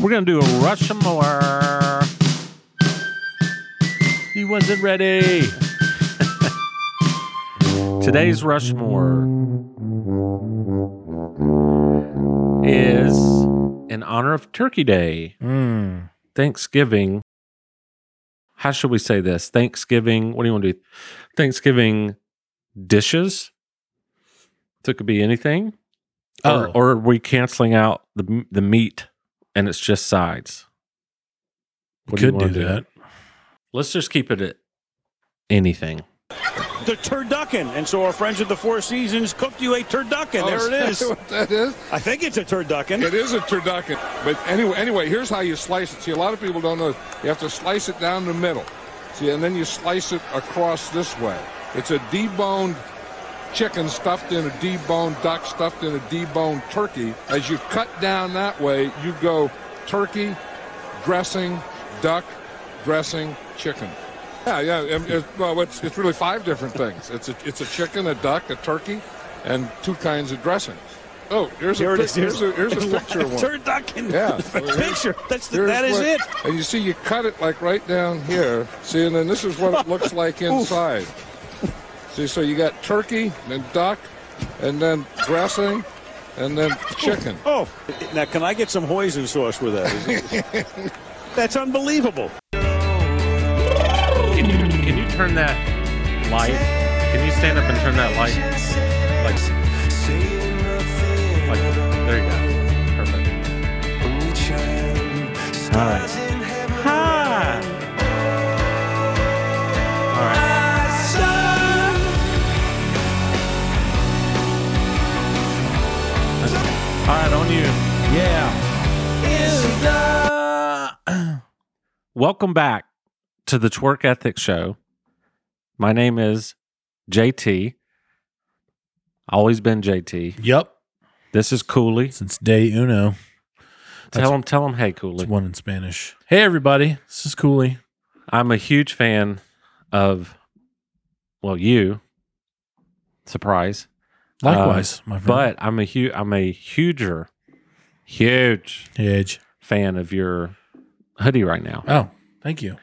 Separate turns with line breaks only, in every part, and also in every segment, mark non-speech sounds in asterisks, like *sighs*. We're gonna do a Rushmore. He wasn't ready. *laughs* Today's Rushmore is in honor of Turkey Day,
Mm.
Thanksgiving. How should we say this? Thanksgiving. What do you want to do? Thanksgiving dishes. So it could be anything. Or,
Oh.
or are we canceling out the the meat and it's just sides? What do you
Could do,
wanna do?
that.
Let's just keep it at anything.
the turducken. And so our friends at the Four Seasons cooked you a turducken.
Oh,
there
*laughs*
it
is that
is.
what that is?
I think it's a turducken.
It is a turducken. But anyway, anyway, here's how you slice it. See, a lot of people don't know. You have to slice it down the middle. See, and then you slice it across this way. It's a deboned chicken stuffed in a deboned duck stuffed in a deboned turkey. As you cut down that way, you go turkey, dressing, duck, dressing, chicken. Yeah, yeah. and it- well, it's, it's really five different things. It's a, it's a chicken, a duck, a turkey, and two kinds of dressing. Oh, here's
Here
a
it
pic-
is.
here's a, here's a
It's *laughs*
picture of
live
one.
Turducken. *laughs*
Yeah.
picture. That's the,
Here's
that is
what-
it.
And you see, you cut it like right down here. See, and then this is what it looks
*laughs*
like inside. see, so you got turkey, then duck, and then dressing,
*laughs*
and then chicken.
Oh, now can I get some hoisin sauce with that? Is it-
*laughs*
That's unbelievable.
Can you can you turn that light? Can you stand up and turn that light? Like, like there you go. Perfect. All right. Hi. All right. All right, on you. Yeah. Welcome back to the Twerk Ethics Show. My name is JT. Always been JT.
Yep.
This is Cooley.
Since day uno,
Tell him, tell him, hey, Cooley.
it's one in Spanish. Hey, everybody. This is Cooley.
I'm a huge fan of, well, you. Surprise. Uh,
Likewise, my friend.
But I'm a huge, I'm a huger, huge
Edge.
fan of your hoodie right now.
Oh, thank you.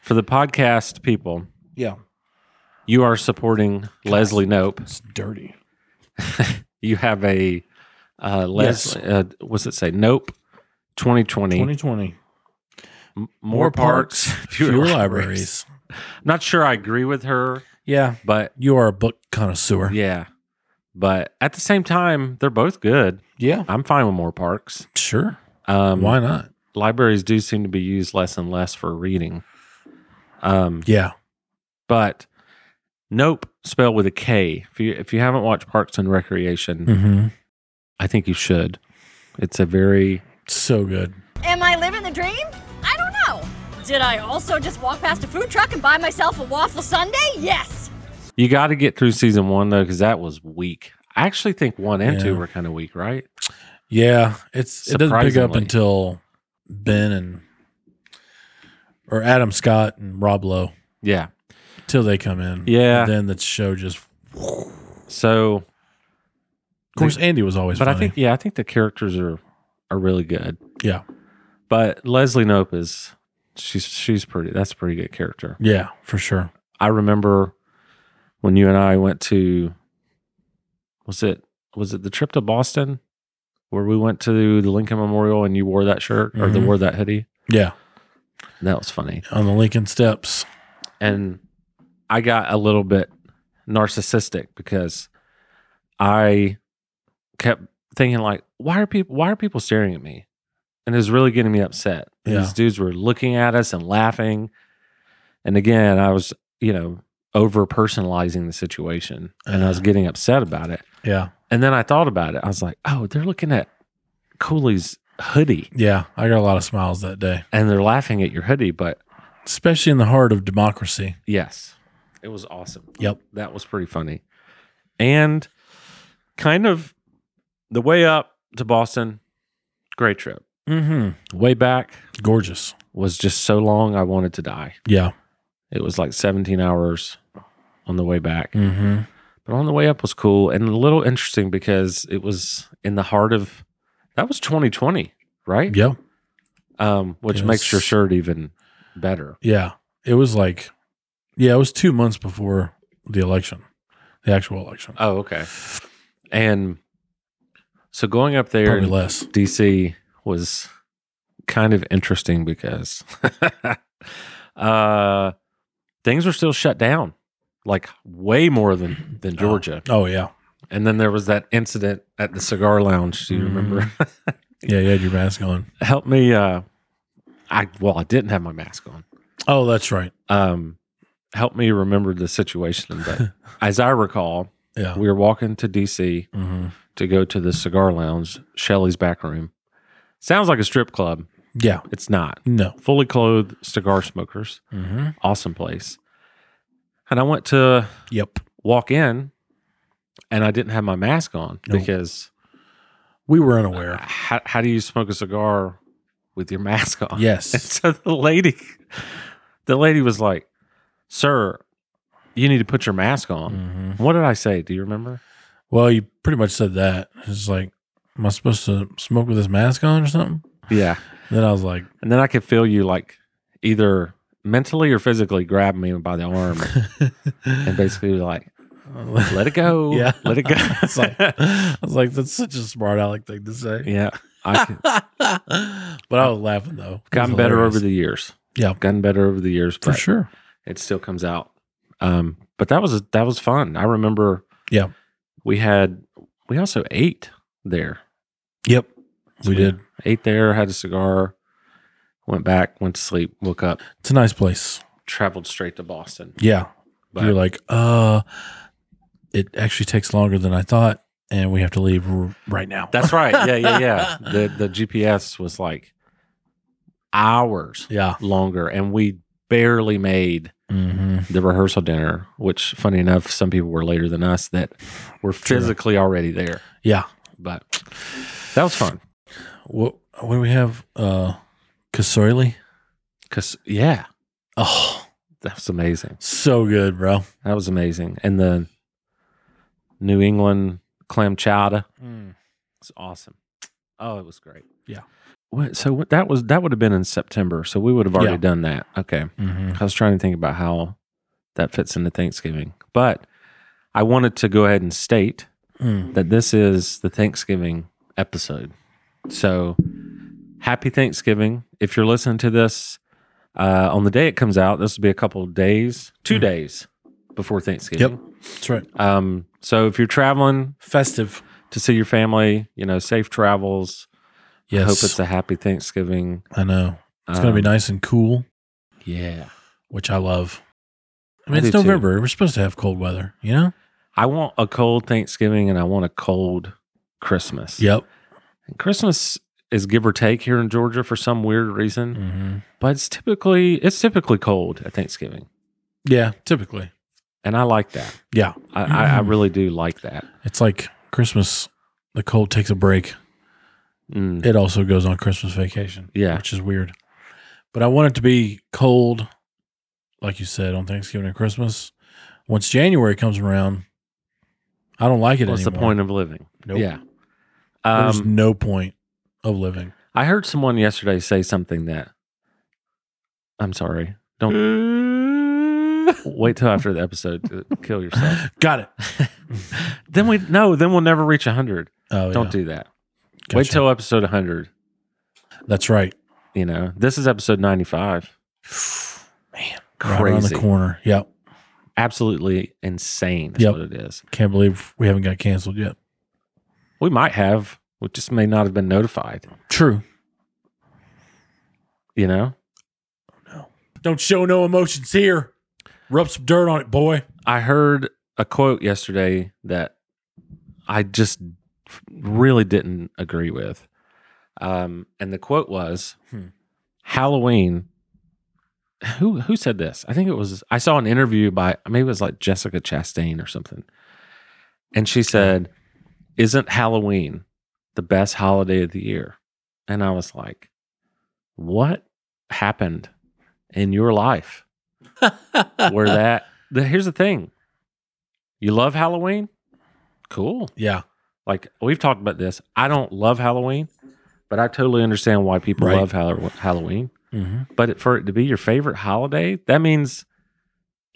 For the podcast people,
Yeah.
you are supporting Leslie Nope.
It's dirty.
You have a uh,
Yes.
Leslie. Uh, what's it say? Nope. 2020.
2020.
M- more parks, *laughs*
fewer, libraries.
Not sure I agree with her,
Yeah.
but
You are a book connoisseur.
yeah. But at the same time, they're both good.
Yeah.
I'm fine with more parks.
Sure.
Um,
Why not?
Libraries do seem to be used less and less for reading. Um,
Yeah.
but nope, spelled with a K. If you if you haven't watched Parks and Recreation,
Mm-hmm.
I think you should. It's a very
So good.
Am I living the dream? I don't know. Did I also just walk past a food truck and buy myself a waffle sundae? Yes.
you got to get through season one though because that was weak. I actually think one and two
Yeah.
were kind of weak, right?
Yeah, it's it doesn't pick up
Surprisingly.
until Ben and or Adam Scott and Rob Lowe
Yeah.
till they come in.
Yeah.
And then the show just. Of
So,
course, Andy was always.
but I
funny.
think yeah, I think the characters are are really good.
Yeah.
But Leslie Nope is she's she's pretty. That's a pretty good character.
Yeah, for sure.
I remember when you and I went to was it was it the trip to Boston where we went to the Lincoln Memorial and you wore that shirt or the
Mhm.
wore that hoodie.
Yeah,
That was funny.
on the Lincoln Steps.
and I got a little bit narcissistic because I kept thinking like, why are people why are people staring at me? And it was really getting me upset. And
Yeah.
These dudes were looking at us and laughing. And again, I was, you know, over personalizing the situation and I was
Uh-huh.
getting upset about it.
Yeah,
And then I thought about it. I was like, oh, they're looking at Cooley's hoodie
yeah. I got a lot of smiles that day,
and they're laughing at your hoodie. But
especially in the heart of democracy.
yes, it was awesome.
Yep.
that was pretty funny. And kind of the way up to Boston, great trip.
Mm-hmm.
Way back
Gorgeous.
was just so long I wanted to die.
Yeah.
It was like 17 hours on the way back.
Mm-hmm.
But on the way up was cool and a little interesting because it was in the heart of that was 2020, right?
Yep.
um, which makes your
Yes.
shirt even better.
Yeah. It was like, yeah, it was two months before the election, the actual election.
Oh, okay. And so going up there
Probably
in
less.
DC was kind of interesting because *laughs* uh, things were still shut down, like way more than than Georgia.
Oh, yeah.
And then there was that incident at the cigar lounge. Do you remember? *laughs*
Yeah. You had your mask on.
Help me. Uh, I well, I didn't have my mask on.
Oh, that's right.
um, help me remember the situation. But as I recall,
Yeah. Mm-hmm.
we were walking to DC to go to the cigar lounge, Shelley's back room. Sounds like a strip club.
Yeah.
It's not.
No.
Fully clothed cigar smokers.
Mm-hmm.
Awesome place. And I went to
Yep.
walk in and I didn't have my mask on
Nope.
because
We were
*laughs*
unaware.
how, how do you smoke a cigar with your *laughs* mask on? And
Yes.
so the lady, the lady was like, "Sir, you need to put your mask on."
hmm
What did I say? Do you remember?
Well, you pretty much said that. It's like, am I supposed to smoke with this mask on or something?
Yeah.
Then I was *laughs* like,
And then I could feel you like either mentally or physically grab me by the arm and
*laughs*
basically was like, "Let it go,
Yeah.
let
*laughs*
it go."
It's like-
*laughs*
I was like, that's such a smart aleck thing to say.
yeah, I could,
*laughs* But I was laughing though. It
gotten
was
better
hilarious.
over the years.
Yeah.
gotten better over the years,
for
but
sure.
it still comes out. Um, but that was that was fun. I remember.
Yeah.
we had we also ate there.
Yep.
So
we did.
Ate there, had a cigar, went back, went to sleep, woke up,
It's a nice place.
traveled straight to Boston.
Yeah.
But
You're like, uh, it actually takes longer than I thought, and we have to leave r- right now.
that's right. Yeah, yeah,
*laughs*
yeah. the the GPS was like hours
yeah.
longer and we barely made
Mm-hmm.
the rehearsal dinner, which funny enough, some people were later than us that were physically already there.
Yeah.
But that was fun.
What what do we have? Uh, Casoily.
Cause yeah,
Oh,
that was amazing.
so good, bro.
That was amazing. And the New England clam chowder. It's awesome. Oh, it was great.
Yeah.
What, so what, that was that would have been in September. So we would have already
Yeah.
done that. Okay.
Mm-hmm.
I was trying to think about how that fits into Thanksgiving, but I wanted to go ahead and state that this is the Thanksgiving episode. So happy Thanksgiving! If you're listening to this uh, on the day it comes out, this will be a couple of days, two days before Thanksgiving.
Mm-hmm. Yep, that's right.
Um, so if you're traveling
Festive.
to see your family, you know, safe travels. I
Yes,
hope it's a happy Thanksgiving.
I know it's gonna be
Um,
nice and cool,
Yeah.
which I love. I
I
mean, it's
do too.
November. We're supposed to have cold weather, you know.
I want a cold Thanksgiving and I want a cold Christmas.
Yep.
And Christmas is give or take here in Georgia for some weird reason,
Mm-hmm.
but it's typically it's typically cold at Thanksgiving.
Yeah, typically.
And I like that.
Yeah, Mm.
I, I, I really do like that.
it's like Christmas. The cold takes a break.
Mm.
It also goes on Christmas vacation.
Yeah.
which is weird. But I want it to be cold, like you said, on Thanksgiving and Christmas. Once January comes around, I don't like it
What's the
anymore.
point of living?
Nope.
Yeah.
There's
Um,
no point of living.
I heard someone yesterday say something that I'm sorry.
*laughs*
Don't wait till after the episode to kill yourself.
*laughs* Got
*laughs*
it.
Then we no, then we'll never reach 100.
Oh,
Don't
yeah.
do that. Wait
Gotcha.
till episode 100,
that's right.
you know. This is episode
*sighs*
95. Man,
Right around
crazy.
the corner. Yep.
Absolutely insane is
Yep.
what it is.
Can't believe we haven't got canceled yet.
We might have, we just may not have been notified,
True.
you know.
Don't show no emotions here. Rub some dirt on it, boy.
I heard a quote yesterday that I just really didn't agree with. Um, and the quote was
Hmm.
Halloween. Who who said this? I think it was I saw an interview by maybe it was like Jessica Chastain or something. And she said, Isn't Halloween the best holiday of the year? And I was like, What happened in your life where that the, here's the thing you love halloween cool
Yeah.
like we've talked about this i don't love halloween But I totally understand why people
Right.
love Hall- Halloween.
Mm-hmm.
But it- for it to be your favorite holiday, that means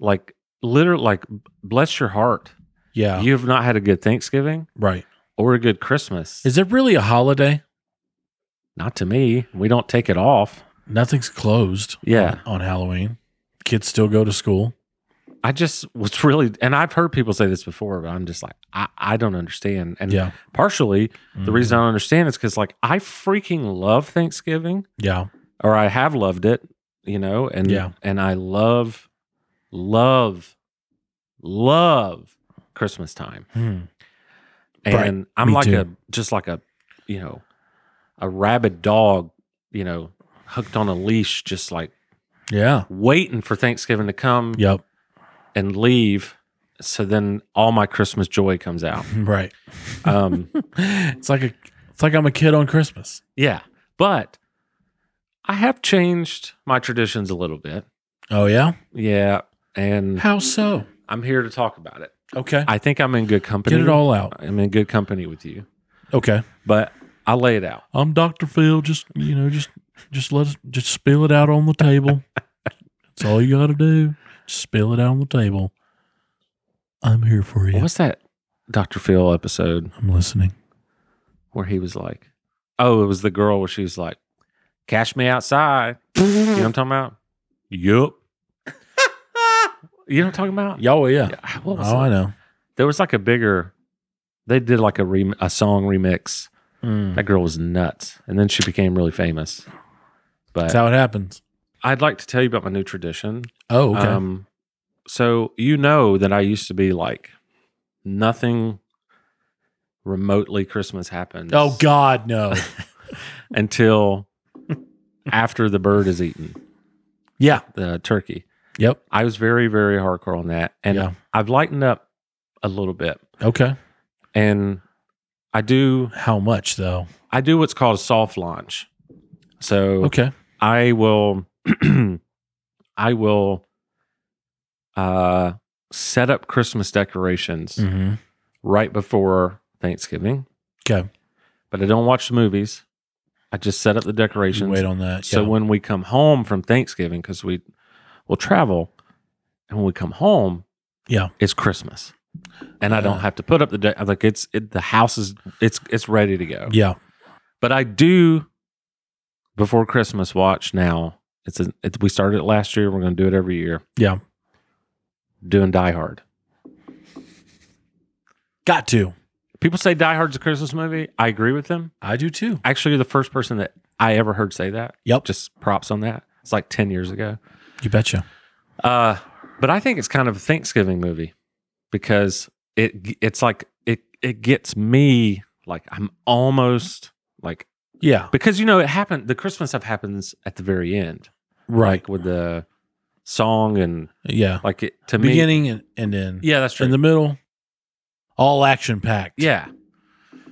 like literally like bless your heart.
Yeah.
You've not had a good Thanksgiving
right.
or a good Christmas.
Is it really a holiday?
not to me. We don't take it off.
Nothing's closed
Yeah.
on Halloween. Kids still go to school.
I just was really, and I've heard people say this before, but I'm just like, I, I don't understand. And
Yeah.
partially, the
Mhm.
reason I don't understand is because, like, I freaking love Thanksgiving,
Yeah.
or I have loved it, you know, and
Yeah.
and I love, love, love Christmas time,
Hmm.
and
Right.
I'm
Me
like
too.
a just like a, you know, a rabid dog, you know, hooked on a leash, just like
Yeah.
waiting for Thanksgiving to come
Yep. *laughs*
and leave. So then all my Christmas joy comes out.
Right. *laughs*
Um,
It's like a. It's like I'm a kid on Christmas.
yeah. But I have changed my traditions a little bit.
Oh yeah.
Yeah. And
How so?
I'm here to talk about it.
Okay.
I think I'm in good company.
Get it all out.
I'm in good company with you,
Okay.
but I'll lay it out.
I'm Dr. Phil. Just you know, just just let us just spill it out on
*laughs*
the table. That's all you got to do. Just spill it out on the table. I'm here for you.
What's that Dr. Phil episode
I'm listening.
where he was like, oh, it was the girl where she was like, cash me
*laughs*
outside. you know what I'm talking about? Yup. you know what I'm talking about?
Yo, yeah.
Yeah.
Oh,
What was that?
I know.
there was like a bigger they did like a rem- a song remix that girl was nuts and then she became really famous but
That's how it happens.
i'd like to tell you about my new tradition
Oh, okay.
um so you know that i used to be like nothing remotely christmas happens
oh God, no.
until after the bird is eaten
*laughs* yeah.
the turkey
Yep.
i was very very hardcore on that and
Yeah.
i've lightened up a little bit
Okay.
and i do
How much though?
I do what's called a soft launch. So
Okay.
I will, *clears throat* I will, uh, set up Christmas decorations
Mm-hmm.
right before Thanksgiving,
Okay.
but I don't watch the movies. I just set up the
You
decorations.
wait on that.
so
yeah.
when we come home from Thanksgiving, because we will travel, and when we come home,
Yeah.
it's Christmas, and I don't
Ah.
have to put up the de- like it's it, the house is it's it's ready to go.
yeah.
But I do before Christmas watch now. It's a, it, we started it last year. We're going to do it every year.
Yeah.
Doing Die Hard.
Got to.
People say Die Hard's a Christmas movie. I agree with them.
I do too.
Actually, you're the first person that I ever heard say that.
Yep.
Just props on that. It's like ten years ago.
You betcha.
Uh, but I think it's kind of a Thanksgiving movie because it it's like it it gets me like I'm almost like
Yeah.
because you know it happened the Christmas stuff happens at the very end.
Right.
with the song and
Yeah.
like it to me.
Beginning and, and end.
Yeah, that's true.
in the middle, all action packed.
yeah.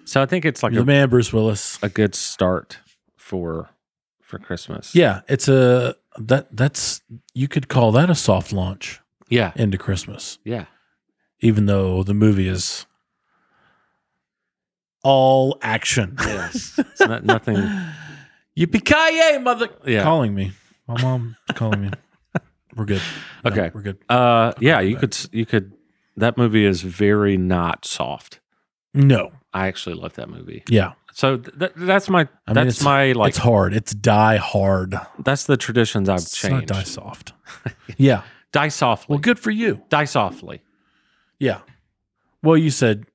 So I think it's like
You're the
a,
man, Bruce Willis.
a good start for for Christmas.
Yeah, it's a that that's you could call that a soft launch
Yeah.
into Christmas,
Yeah.
even though the movie is all action.
Yes. it's not, nothing.
Yippee ki mother!
Yeah.
Calling me, my mom
*laughs*
calling me. We're good. No,
Okay.
we're good.
Uh yeah, you could s- you could that movie is very not soft.
No,
I actually love that movie.
yeah,
So th- th- that's my
I mean,
that's
it's-
my like
it's hard. It's die hard.
that's the traditions I've
It's not
changed.
die
Die, *laughs*
soft. yeah.
softly.
Well, good for you.
Die softly.
Yeah. Well, you said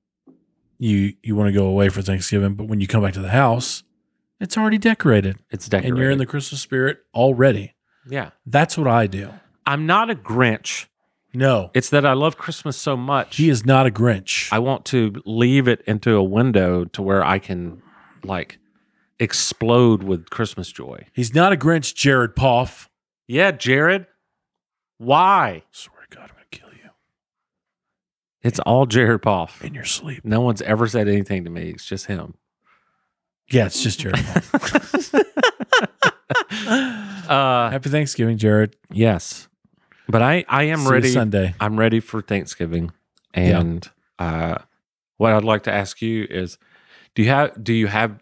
you you want to go away for Thanksgiving, but when you come back to the house, it's already decorated,
It's decorated.
and you're in the Christmas spirit already.
yeah.
That's what I do.
I'm not a Grinch.
No,
It's that I love Christmas so much.
he is not a Grinch.
I want to leave it into a window to where I can like explode with Christmas joy.
He's not a Grinch, Jared Poff.
Yeah, Jared. Why?
Swear to God, I'm gonna kill you
It's all Jared Poff.
in your sleep.
No one's ever said anything to me. It's just him.
Yeah, it's
*laughs*
just Jared Poff.
*gasps* Uh
Happy Thanksgiving, Jared.
yes. But I I am
See you
ready.
Sunday.
I'm ready for Thanksgiving.
Yeah.
And uh what I'd like to ask you is do you have do you have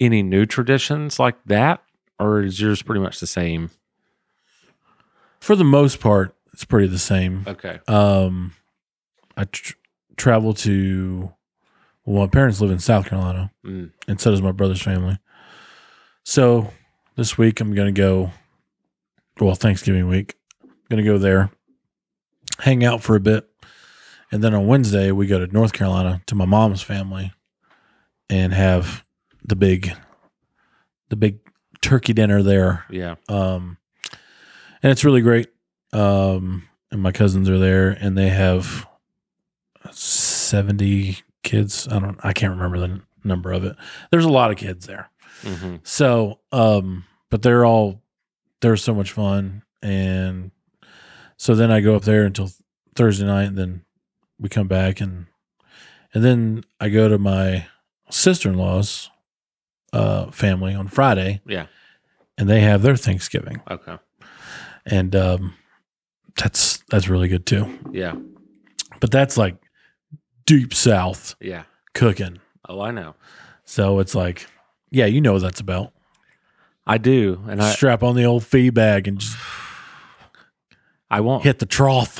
any new traditions like that, or is yours pretty much the same?
For the most part, it's pretty the same.
Okay.
Um, I tr- travel to. Well, my parents live in South Carolina,
Mm.
and so does my brother's family. So this week I'm gonna go. Well, Thanksgiving week, gonna go there, hang out for a bit, and then on Wednesday we go to North Carolina to my mom's family, and have the big, the big turkey dinner there
Yeah.
um, and it's really great. Um, and my cousins are there, and they have seventy kids. I don't, I can't remember the n- number of it. There's a lot of kids there,
hmm
so um, but they're all they're so much fun, and so then I go up there until Thursday night, and then we come back, and and then I go to my sister in law's uh, family on Friday,
Yeah.
and they have their Thanksgiving
Okay.
and um, that's that's really good too.
Yeah.
But that's like deep south
Yeah.
cooking,
Oh, I know.
so it's like, yeah, you know what that's about.
I do, and I
Strap on the old feed bag and just
I won't
hit the trough.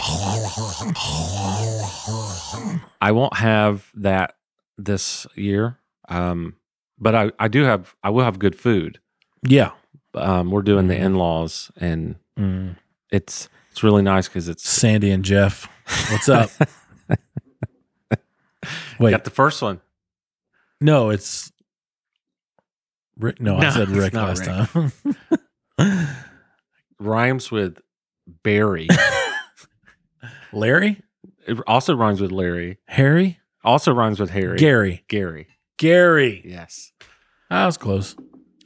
I won't have that this year. Um, but I, I do have I will have good food.
yeah,
Um, we're doing the
Mhm.
in laws, and
Mm.
it's it's really nice because it's
Sandy and Jeff, what's
*laughs*
up? Wait,
got the first one.
no, it's Rick. No,
No,
I said
it's
Rick
not
last
Rick.
time. *laughs*
Rhymes with
*laughs*
Barry.
Larry,
it also rhymes with Larry.
Harry,
Also rhymes with Harry.
Gary,
Gary.
Gary.
Yes.
I was close.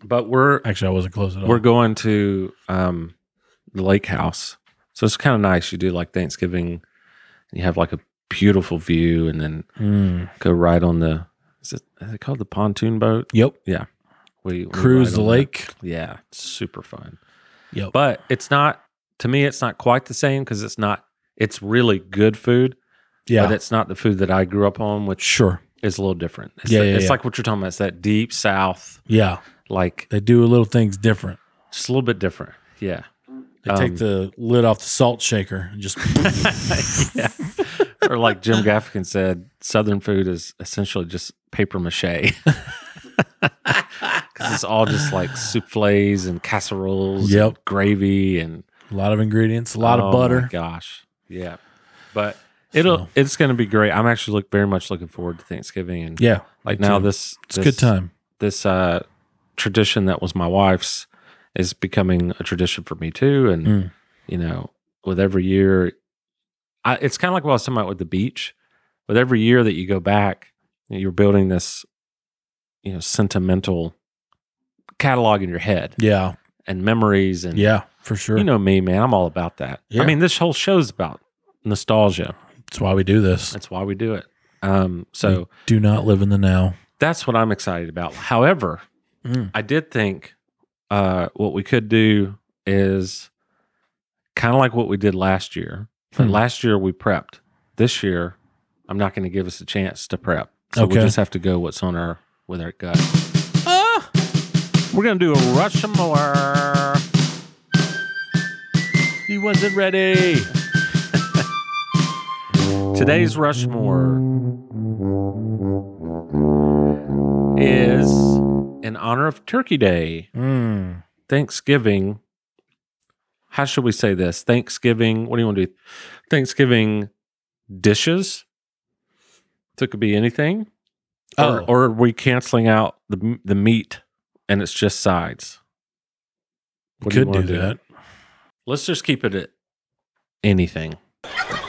But we're
Actually, I wasn't close at all.
we're going to um the lake house. So it's kind of nice. You do like Thanksgiving and you have like a beautiful view and then
Mm.
go ride on the is it, is it called the pontoon boat?
Yep.
We we
Cruise
ride
the
on
lake.
that. Yeah, it's super fun.
Yep.
But it's not to me. It's not quite the same because it's not. It's really good food,
yeah.
but it's not the food that I grew up on, which
sure.
is a little different. It's,
Yeah,
the-
yeah,
it's
yeah.
like what you're talking about. It's that deep South,
Yeah.
like
They do little things different.
just a little bit different. Yeah,
They take
Um,
the lid off the salt shaker
*laughs*
and just
yeah. or like
*laughs*
Jim Gaffigan said, Southern food is essentially just paper mache. *laughs* Because it's all just like souffles and casseroles, and
Yep.
gravy and
a lot of ingredients, a lot
Oh
of
my
butter.
gosh, yeah. But it'll
So-
it's going to be great. I'm actually look very much looking forward to Thanksgiving and
Yeah.
like
me
now
too.
this
It's a good time.
This uh, tradition that was my wife's is becoming a tradition for me too, and
Mm.
you know, with every year, I, it's kind of like what I was talking about with the beach. With every year that you go back, you're building this, you know, sentimental catalog in your head
Yeah.
and memories and
Yeah. For sure.
you know me, man. I'm all about that.
Yeah.
I mean, this whole show's about nostalgia.
That's why we do this.
That's why we do it. Um, so
We do not live in the now.
that's what I'm excited about. However, I did think uh, what we could do is kind of like what we did last year. But
Hmm.
Last year we prepped. This year, I'm not going to give us a chance to prep. So we
Okay.
just have to go what's on our with our gut. Ah! We're gonna do a Rushmore.
He wasn't ready.
*laughs* Today's Rushmore is in honor of Turkey Day,
Mm.
Thanksgiving. How should we say this? Thanksgiving. What do you want to do? Thanksgiving dishes. So it could be anything.
Oh.
Or, or are we canceling out the the meat and it's just sides? What you
Could do
wanna
that.
Let's just keep it at anything.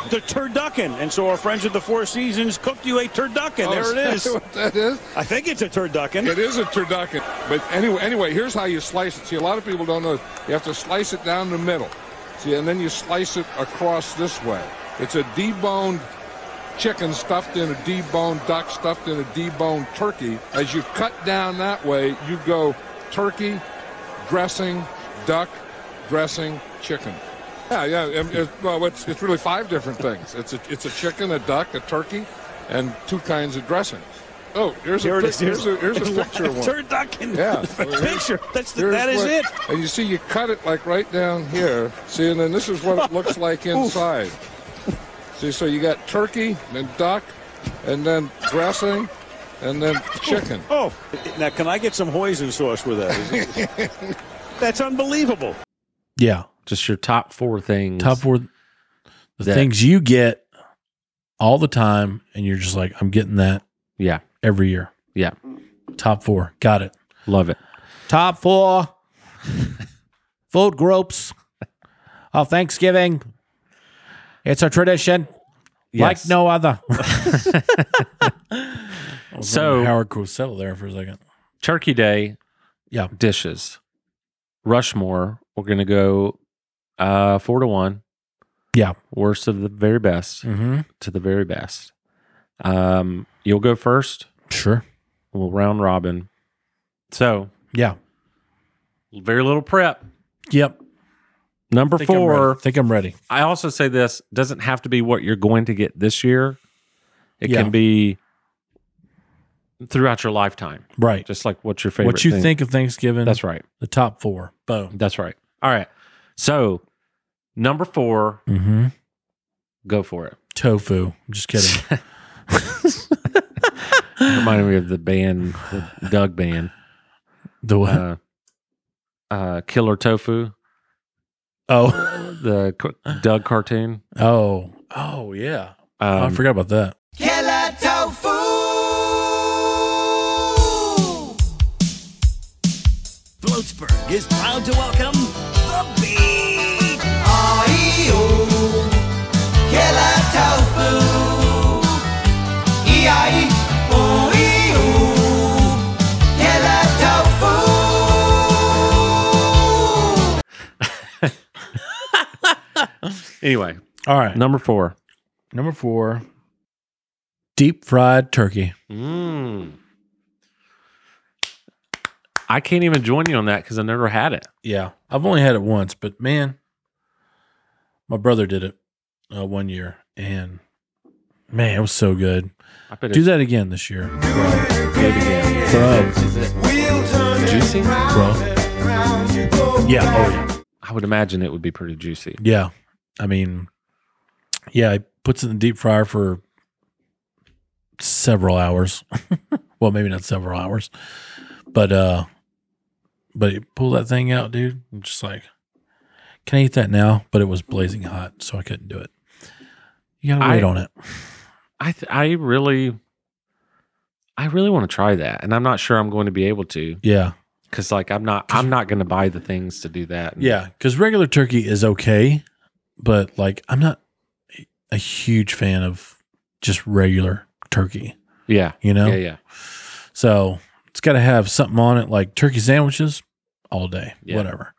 The turducken. And so our friends at the Four Seasons cooked you a turducken. there it is.
*laughs* what Oh, that is?
I think it's a turducken.
It is a turducken. But anyway, anyway, here's how you slice it. See, a lot of people don't know. You have to slice it down the middle. See, and then you slice it across this way. It's a deboned chicken stuffed in a deboned duck stuffed in a deboned turkey. As you cut down that way, you go turkey, dressing, duck, dressing, chicken. Yeah, yeah. and it- well, it's, it's really five different things. It's a, it's a chicken, a duck, a turkey, and two kinds of dressings. Oh, here's
Here
a
it
pic-
is.
here's a, here's
*laughs*
a picture of one.
Turducken. *laughs*
Yeah.
Picture. That's the,
Here's
that is
what-
it.
And you see, you cut it like right down here. See, and then this is what it
*laughs*
looks like inside. see, so you got turkey, then duck, and then dressing, and then chicken.
Oh, now can I get some hoisin sauce with that? Is
*laughs*
it- That's unbelievable.
Yeah.
Just your top four things.
Top four, the
That-
things you get all the time, and you're just like, I'm getting that
Yeah.
every year.
Yeah.
Top four. Got it.
Love it. *laughs*
Top four food groups of Thanksgiving. It's a tradition
Yes.
like no other.
*laughs*
*laughs*
So-
Howard Cosell there for a second.
Turkey Day
Yeah.
dishes. Rushmore, we're going to go uh, four to one.
Yeah.
Worst of the very best
Mm-hmm.
to the very best. Um, you'll go first.
Sure.
We'll round robin. So,
Yeah.
very little prep.
Yep.
Number
Think I'm ready.
four,
think I'm ready.
I also say this doesn't have to be what you're going to get this year. It
Yeah.
can be throughout your lifetime,
Right.
just like what's your favorite.
What you
thing-
think of Thanksgiving?
That's right.
the top four. Boom.
That's right. All right. So number four,
Mm-hmm.
go for it.
Tofu. I'm just kidding.
*laughs* Reminded me of the band, the Doug band,
the what?
uh, uh, Killer Tofu,
oh.
*laughs* the c- Doug cartoon.
Oh. Oh yeah. Oh, I
Um,
forgot about that.
Bloatsburg is proud to welcome the Bee.
anyway,
All right.
number four.
Number four. Deep fried turkey.
Mm. I can't even join you on that because I never had it.
Yeah, I've only had it once, but man, my brother did it uh, one year, and man, it was so good.
I bet
Do
it's
that again this year,
good again.
bro.
Juicy?
Bro. Yeah. Oh yeah.
I would imagine it would be pretty juicy.
Yeah. I mean, yeah, it puts it in the deep fryer for several hours. *laughs* well, maybe not several hours, but, uh, but you pull that thing out, dude. I'm just like, can I eat that now? But it was blazing hot, so I couldn't do it. You gotta wait
I-
on it.
I th- I really I really want to try that, and I'm not sure I'm going to be able to
Yeah.
because like I'm not I'm not going to buy the things to do that.
Yeah. Cause regular turkey is okay, but like, I'm not a huge fan of just regular turkey,
yeah,
you know?
yeah, yeah.
So it's got to have something on it, like turkey sandwiches all day,
Yeah.
whatever.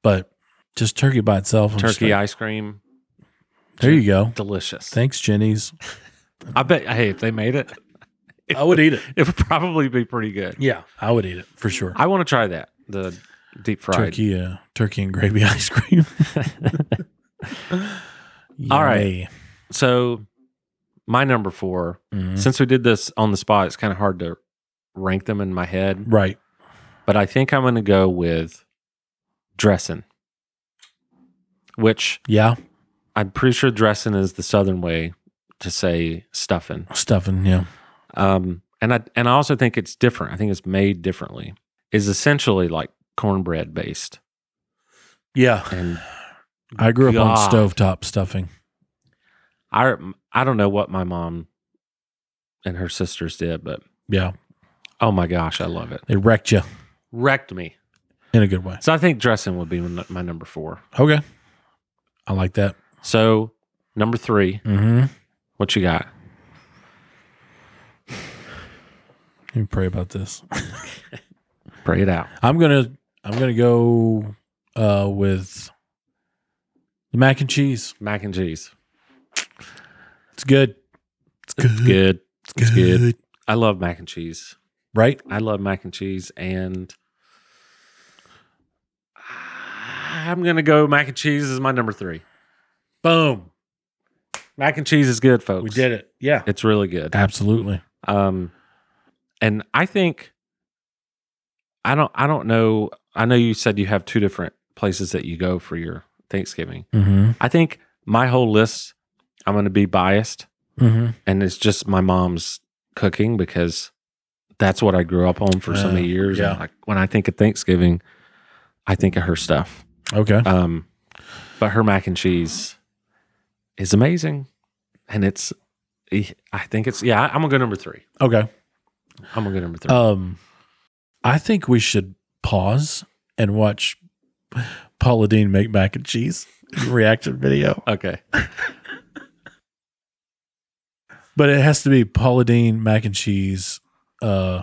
But just turkey by itself. I'm just
Turkey
like,
ice cream,
there you go.
delicious.
Thanks, Jenny's.
I bet. Hey, if they made it, *laughs*
I would eat it.
it would probably be pretty good.
Yeah, I would eat it for sure.
I want to try that the deep fried.
Turkey, uh, turkey and gravy *laughs* ice cream.
*laughs* All right.
Yummy.
So my number 4
Mhm.
since we did this on the spot, it's kind of hard to rank them in my head,
Right.
but I think I'm going to go with dressing, which
Yeah.
I'm pretty sure dressing is the southern way to say stuffing.
Stuffing. Yeah.
Um, and I and I also think it's different. I think it's made differently. Is essentially like cornbread based.
Yeah.
And
I grew up on
God.
stovetop stuffing.
I I don't know what my mom and her sisters did, but
Yeah.
oh my gosh, I love it.
They wrecked you
Wrecked me.
in a good way.
So I think dressing would be my my number four.
Okay. I like that.
So number three,
Mm-hmm.
what you got?
You pray about this.
Pray it out.
I'm gonna I'm gonna go uh, with the mac and cheese.
Mac and cheese.
It's good. It's good.
Good. It's good. I love mac and cheese.
Right?
I love mac and cheese, and I'm gonna go mac and cheese is my number three.
Boom.
Mac and cheese is good, folks.
We did it. Yeah.
It's really good.
Absolutely.
Um, and I think I don't I don't know. I know you said you have two different places that you go for your Thanksgiving.
Mm-hmm.
I think my whole list I'm going to be biased
Mm-hmm.
and it's just my mom's cooking because that's what I grew up on for so
Uh,
many years.
yeah.
And like when I think of Thanksgiving, I think of her stuff.
Okay.
Um, but her mac and cheese is amazing, and it's. eh, I think it's yeah. I'm gonna go number three.
Okay.
I'm gonna go number three.
Um, I think we should pause and watch Paula Dean make mac and cheese *laughs* reaction video,
okay.
but it has to be Paula Dean mac and cheese, uh,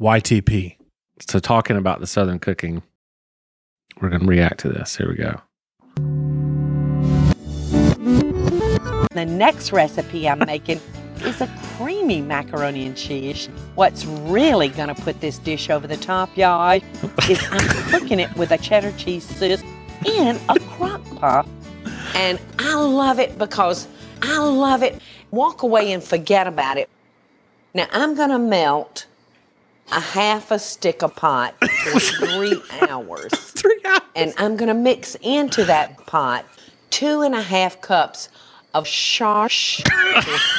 YTP.
So talking about the southern cooking, we're gonna react to this. Here we go.
The next recipe I'm making is a creamy macaroni and cheese. What's really going to put this dish over the top, y'all, is I'm cooking it with a cheddar cheese sauce in a crock pot. And I love it because I love it. Walk away and forget about it. Now I'm going to melt a half a stick of pot for three hours and I'm going to mix into that pot two and a half cups of sharsh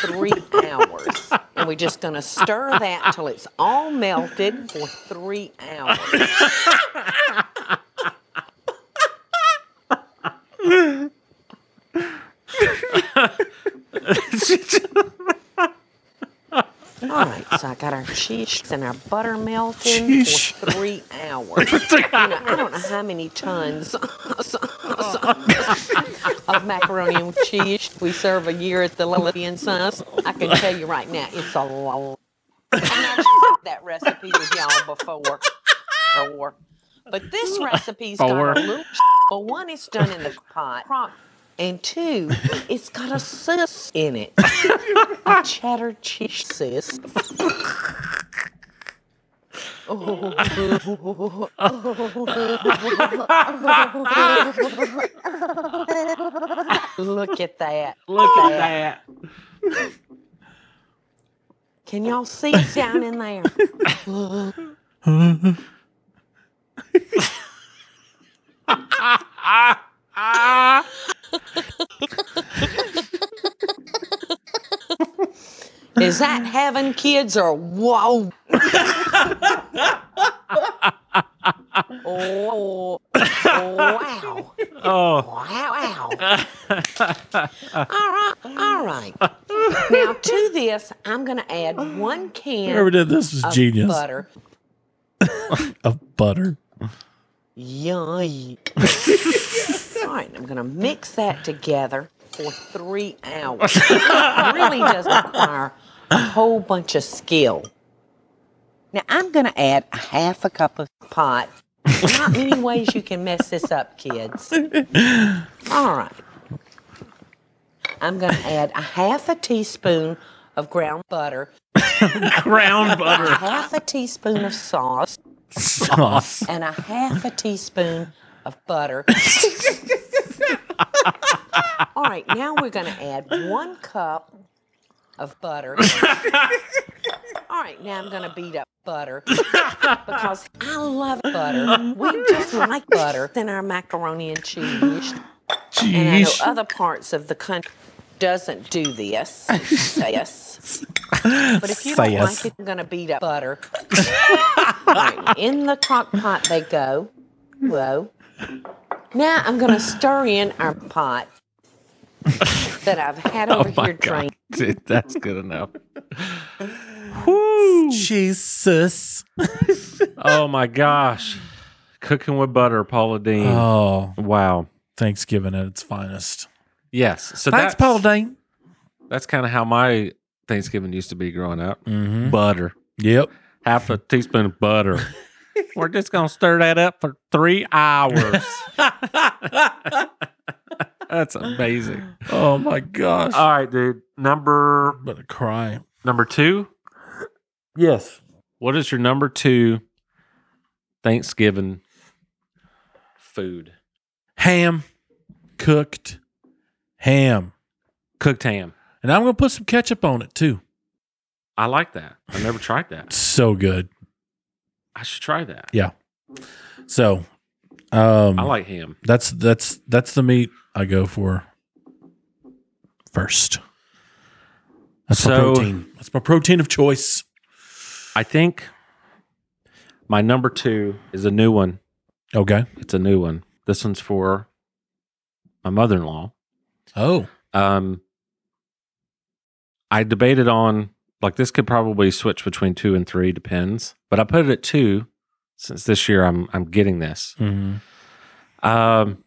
for three hours. And we're just going to stir that till it's all melted for three hours. All right, so I got our cheese and our butter melting
Sheesh.
for three hours. You know, I don't know how many tons *laughs* of macaroni and cheese we serve a year at the Lillian Sons. I can tell you right now, it's a lot. And I've shared that recipe with y'all before. before. But this recipe's
Before.
got a little But one, it's done in the pot. crock, And two, it's got a sis in it. A cheddar cheese sis. Oh. Look at that.
*laughs* Look at that.
Can y'all see it down in there? Is that heaven, kids,
*laughs*
or whoa? oh, wow.
Oh,
Wow, wow. all right,
*laughs*
all right. Now, to this, I'm going to add one can
Whoever did this was
of
genius.
butter.
Of butter.
*laughs*
Yay. All right, I'm going to mix that together for three
*laughs*
hours. It really does require a whole bunch of skill. Now, I'm going to add a half a cup of pot.
*laughs*
Not many ways you can mess this up, kids. All right. I'm going to add a half a teaspoon of ground butter,
*laughs* ground butter
half a teaspoon of sauce,
Sauce.
and a half a teaspoon of butter. All right, now we're going to add one cup of butter. All right, now I'm going to beat up butter because I love butter. We just like butter in our macaroni and cheese. And I know other parts of the country doesn't do this. yes. But if you don't
Yes.
like it, I'm going to beat up butter. Right, in the crock pot they go. Whoa. Now I'm going to stir in our pot that I've had over
Oh my
here drained.
*laughs* Dude, that's good enough.
*laughs* Jesus.
Oh my gosh. Cooking with butter, Paula Dean.
Oh,
wow.
Thanksgiving at its finest.
Yes. So that's
Thanks, Paula Dean.
That's kind of how my Thanksgiving used to be growing up.
Mm-hmm.
Butter.
Yep.
half a teaspoon of
*laughs*
butter. We're just gonna stir that up for three
*laughs*
hours. That's amazing.
Oh my gosh.
All right, dude. Number
I'm gonna cry.
number two.
Yes.
What is your number two Thanksgiving food?
Ham, cooked ham,
Cooked ham.
and I'm gonna put some ketchup on it too.
I like that. I never tried that.
So good.
I should try that.
So, um,
I like ham.
that's that's that's the meat I go for first. That's my
So-
protein. That's my protein of choice.
I think my number two is a new one.
Okay.
It's a new one. This one's for my mother in law.
Oh,
Um, I debated on like this could probably switch between two and three, depends. But I put it at two since this year I'm I'm getting this.
Mm-hmm.
Um,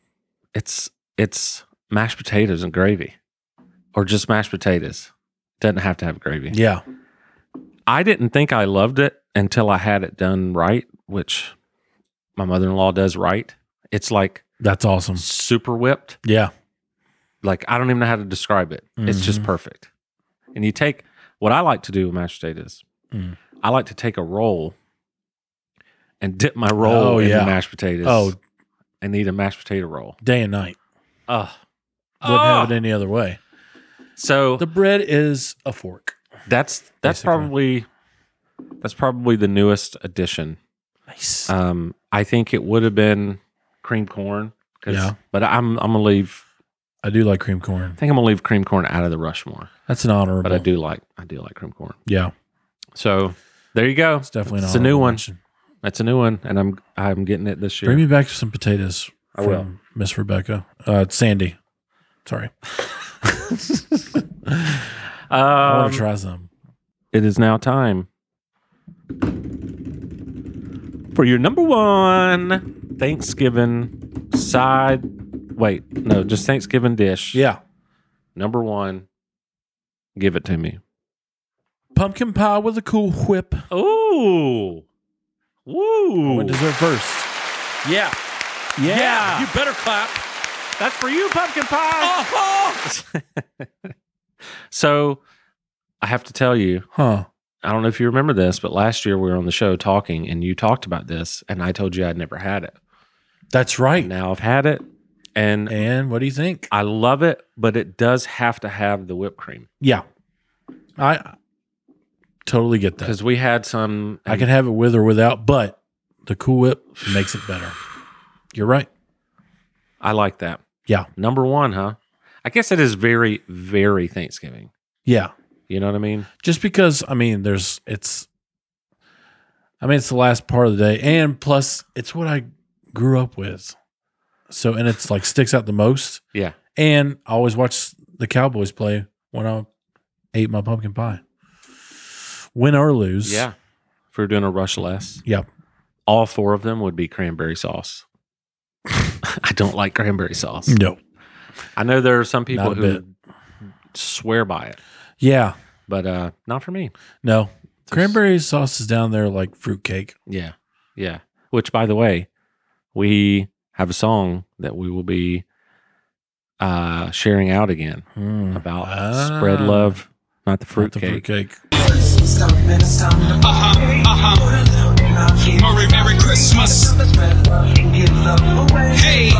it's it's mashed potatoes and gravy, or just mashed potatoes. Doesn't have to have gravy.
yeah.
I didn't think I loved it until I had it done right, which my mother in law does right. It's like
That's awesome.
super whipped.
Yeah.
Like I don't even know how to describe it. It's just
Mhm.
perfect. And you take what I like to do with mashed potatoes.
Mm.
I like to take a roll and dip my roll
Oh,
in
yeah.
the mashed potatoes.
Oh,
and eat a mashed potato roll.
day and night.
Ugh.
Wouldn't
Ah!
have it any other way.
So
The bread is a fork.
that's that's
Basically.
probably that's probably the newest addition.
Nice.
Um, I think it would have been cream corn. 'cause-
Yeah.
But I'm I'm gonna leave.
I do like cream corn.
I think I'm gonna leave cream corn out of the Rushmore.
That's an honorable.
But I do like I do like cream corn.
Yeah,
So there you go.
it's definitely an
It's a new
honorable
one.
mention.
That's a new one, and I'm I'm getting it this year.
Bring me back some potatoes.
I will.
from Miss Rebecca. Uh, Sandy. Sorry. I want
Um,
to try some.
it is now time for your number one Thanksgiving side. Wait, no, just Thanksgiving dish.
Yeah.
Number one. Give it to me.
Pumpkin pie with a cool whip.
Oh. Woo.
What dessert first?
Yeah. Yeah.
You better clap.
That's for you, pumpkin pie. Uh-huh. *laughs* So I have to tell you,
Huh.
I don't know if you remember this, but last year we were on the show talking and you talked about this, and I told you I'd never had it.
That's right.
Now I've had it and
And what do you think?
I love it, but it does have to have the whipped cream
Yeah. I totally get that.
because we had some.
I can have it with or without, but the cool whip makes it better. You're right.
I like that.
Yeah.
Number one, huh? I guess it is very, very Thanksgiving.
Yeah.
You know what I mean?
just because I mean, there's it's. I mean, it's the last part of the day, and plus, it's what I grew up with. So, and it's like sticks out the most.
Yeah.
and I always watch the Cowboys play when I ate my pumpkin pie. Win or lose,
Yeah. If we were doing a rush less,
Yep.
all four of them would be cranberry sauce. *laughs* I don't like cranberry sauce.
no,
I know there are some people
Not a
who swear by it,
yeah,
but uh, not for me.
no. Cranberry sauce is down there like fruitcake.
Yeah. Yeah. Which, by the way, we have a song that we will be uh, sharing out again
Mm.
about
Ah.
spread love, not the
Not
fruitcake.
the fruitcake.
Merry, Merry Christmas. Hey,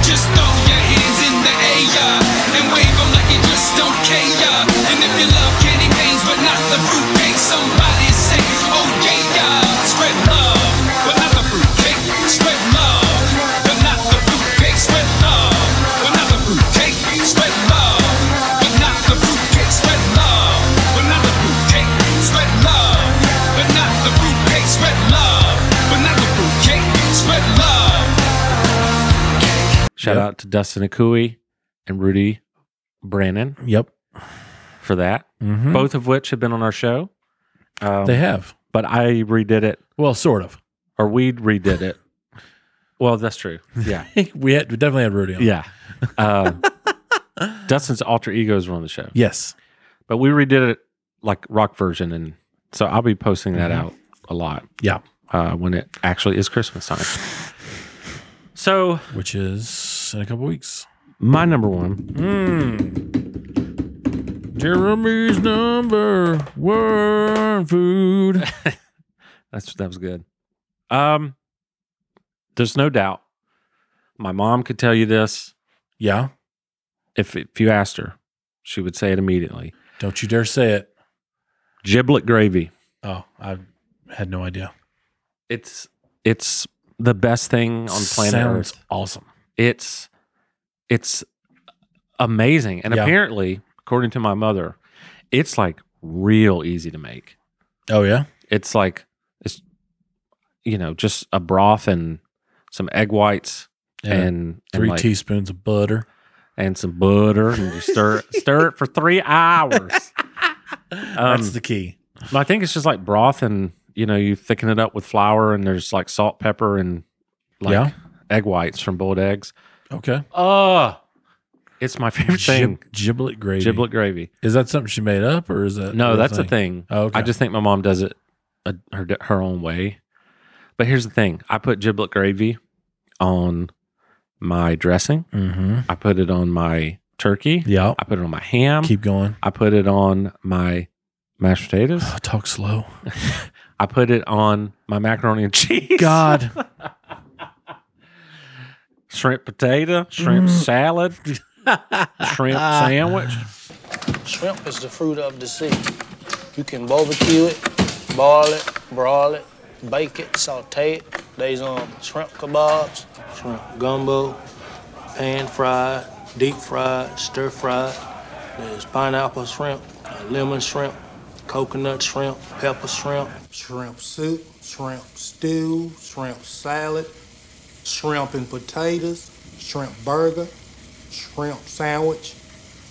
just throw your hands in the air and wave 'em like you just don't care. And if you love candy canes but not the fruitcake, somebody say, oh yeah. Spread love, but not the fruitcake. Spread love, but not the fruitcake. Spread love, but not the fruitcake. Spread love, but not the fruitcake. Spread love, but not the fruitcake. Spread love, but not the fruitcake. Spread love, but not the fruitcake. Spread love.
Shout
Yep.
out to Dustin Akui and Rudy Brannon
Yep,
for that,
Mhm.
both of which have been on our show. Um,
they have.
but I redid it,
Well, sort of. *laughs*
or we redid it. well, that's *laughs* true. Yeah.
we had we definitely had Rudy on.
Yeah. Uh, *laughs* Dustin's alter egos were on the show.
Yes.
But we redid it like rock version, and so I'll be posting that out a lot
Yeah.
uh, when it actually is Christmas *sighs* time. So
Which is in a couple weeks. Hmm.
my number one,
Jeremy's number one food.
that's that was good. Um, there's no doubt. My mom could tell you this
yeah.
if if you asked her, she would say it immediately.
Don't you dare say it.
Giblet gravy.
Oh, I had no idea.
It's it's the best thing on planet
Sounds
Earth.
awesome.
It's it's amazing, and
Yeah.
apparently, according to my mother, it's like real easy to make.
Oh yeah,
It's like it's you know just a broth and some egg whites
Yeah.
and and
three
like-
teaspoons of butter.
and some butter and you stir
*laughs*
stir it for three hours. Um,
That's the key.
But I think it's just like broth, and you know, you thicken it up with flour, and there's like salt, pepper, and like
Yeah.
egg whites from boiled eggs.
Okay.
Oh, it's my favorite thing.
Gib- *laughs* giblet gravy.
Giblet gravy.
Is that something she made up or is that
No,
real
that's a thing.
Oh, okay.
I just think my mom does it uh, her her own way. But here's the thing: I put giblet gravy on my dressing.
Mhm.
I put it on my turkey.
Yeah.
I put it on my ham.
Keep going.
I put it on my mashed potatoes.
Oh, talk slow.
I put it on my macaroni and cheese.
God.
*laughs* shrimp potato, shrimp
Mm.
salad,
*laughs*
shrimp sandwich.
Shrimp is the fruit of the sea. You can barbecue it, boil it, broil it, bake it, saute it. There's um, shrimp kebabs, shrimp gumbo, pan fried, deep fried, stir fried. There's pineapple shrimp, uh, lemon shrimp, coconut shrimp, pepper shrimp, shrimp soup, shrimp stew, shrimp salad, shrimp and potatoes, shrimp burger, shrimp sandwich.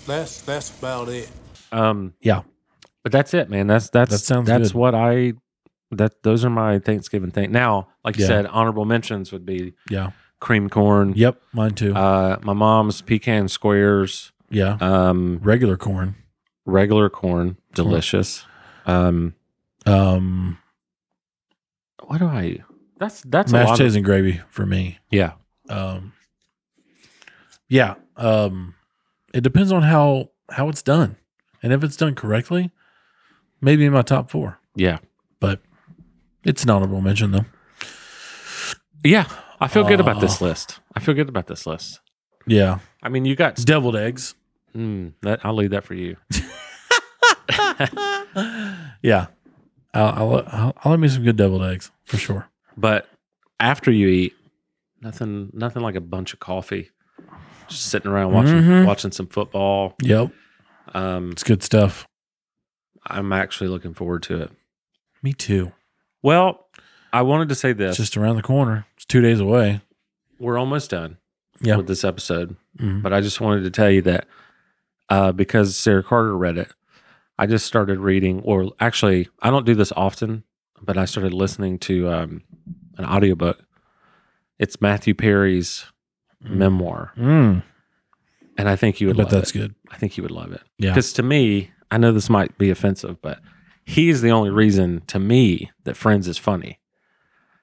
That's that's about it.
Um,
*laughs* Yeah.
but that's it, man. That's that's
That sounds
that's
good.
what I that those are my Thanksgiving thing. Now, like you
Yeah.
said, honorable mentions would be
Yeah.
cream corn.
Yep. Mine too.
Uh, my mom's pecan squares,
yeah.
um,
Regular corn.
regular corn,
Hmm.
delicious. Um,
Um
what do I? That's that's a
mashed
lot
potatoes
of,
and gravy for me.
yeah.
Um Yeah. Um it depends on how how it's done. And if it's done correctly, maybe in my top four.
Yeah.
But it's an honorable mention though.
Yeah. I feel good about this
Oh.
list. I feel good about this list.
Yeah.
I mean, you got
Deviled eggs.
Mm, that, I'll leave that for you.
Yeah. I'll, I'll, I'll, I'll have me some good deviled eggs for sure.
But after you eat, nothing, nothing like a bunch of coffee. Just sitting around watching
Mhm.
watching some football.
Yep.
Um,
It's good stuff.
I'm actually looking forward to it.
Me too.
Well, I wanted to say this.
It's just around the corner. It's two days away.
We're almost done
Yeah.
with this episode,
Mhm.
but I just wanted to tell you that uh, because Sarah Carter read it, I just started reading, or actually, I don't do this often, but I started listening to um, an audiobook. It's Matthew Perry's memoir.
Mm.
and I think you
I
would.
bet
love
that's
it.
good.
I think you would love it.
Yeah.
Because to me, I know this might be offensive, but he's the only reason to me that Friends is funny.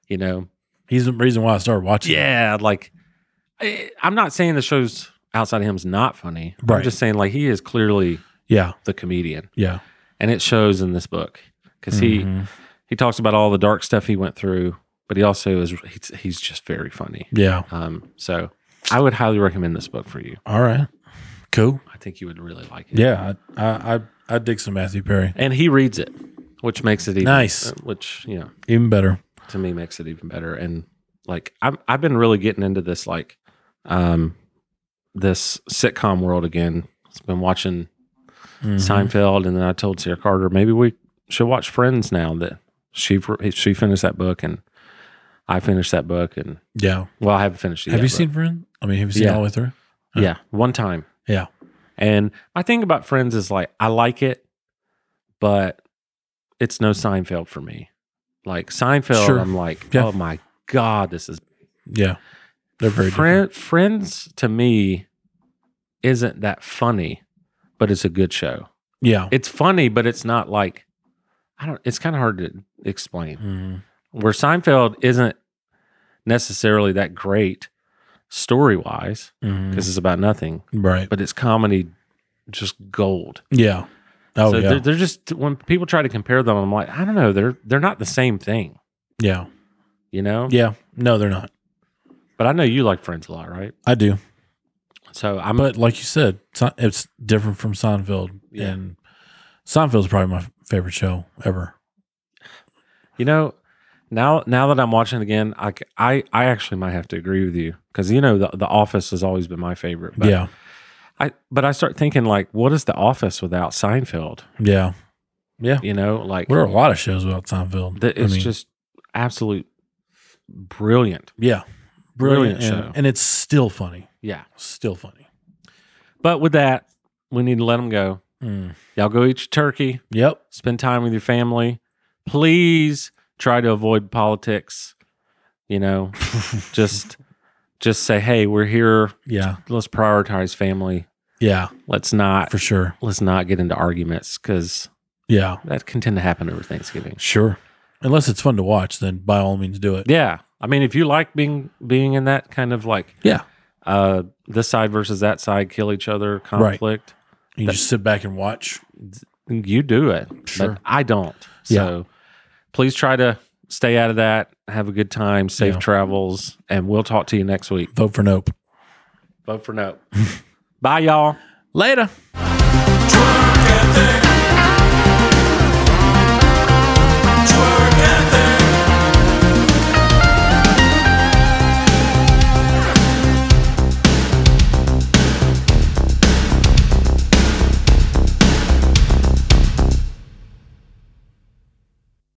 You know?
He's the reason why I started watching. it.
Yeah. Like, I, I'm not saying the show's outside of him's not funny. I'm
Right.
just saying like he is clearly
Yeah.
the comedian,
Yeah.
and it shows in this book because
Mm-hmm.
he he talks about all the dark stuff he went through, but he also is he's, he's just very funny.
Yeah.
Um. So I would highly recommend this book for you.
All right. Cool.
I think you would really like it.
Yeah. I, I, I, I dig some Matthew Perry.
and he reads it, which makes it even
Nice.
uh, Which you know,
Even better.
to me, makes it even better. And like I'm, I've been really getting into this like, um, this sitcom world again. I've been watching
Mm-hmm.
Seinfeld, and then I told Sarah Carter maybe we should watch Friends now that she she finished that book and I finished that book and
Yeah.
well I haven't finished it.
Have
yet,
you
but-
seen Friend? I mean, have you seen
Yeah.
all the way through?
Yeah, one time.
Yeah.
And my thing about Friends is like I like it, but it's no Seinfeld for me. Like Seinfeld,
Sure.
I'm like,
Yeah.
oh my god, this is
Yeah. They're very different.
Fri- Friends to me isn't that funny, but it's a good show.
Yeah.
It's funny, but it's not like I don't. It's kind of hard to explain.
Mhm.
Where Seinfeld isn't necessarily that great story wise
Mhm.
because it's about nothing,
Right.
but it's comedy just gold.
Yeah. Oh,
so
yeah.
they're, they're just when people try to compare them, I'm like, I don't know, they're they're not the same thing,
yeah.
you know.
Yeah. No, they're not.
But I know you like Friends a lot, right?
I do.
So I'm
But like you said, it's, not- it's different from Seinfeld,
Yeah.
and Seinfeld's probably my favorite show ever.
You know, now now that I'm watching it again, I, c- I- I actually might have to agree with you because you know the the Office has always been my favorite. But
yeah,
I but I start thinking like, what is the Office without Seinfeld?
yeah.
You know, like
There are a lot of shows about Seinfeld.
th-
I
it's
mean,
just absolute brilliant.
yeah,
Brilliant
and,
show.
and it's still funny.
Yeah,
Still funny.
but with that, we need to let them go.
Mm.
Y'all go eat your turkey.
Yep.
spend time with your family. Please try to avoid politics. You
*laughs*
know, just just say, hey, we're here.
Yeah.
Let's prioritize family.
Yeah.
Let's not
For sure.
let's not get into arguments because
Yeah.
that can tend to happen over Thanksgiving.
Sure. Unless it's fun to watch, then by all means do it.
Yeah, I mean, if you like being being in that kind of like
Yeah.
uh this side versus that side kill each other conflict,
You just sit back and watch.
you do it.
Sure.
But I don't. So please try to stay out of that. Have a good time. Safe
Yeah.
travels, and we'll talk to you next week.
Vote for Nope. *laughs*
Vote for no. Bye, y'all.
Later.
Try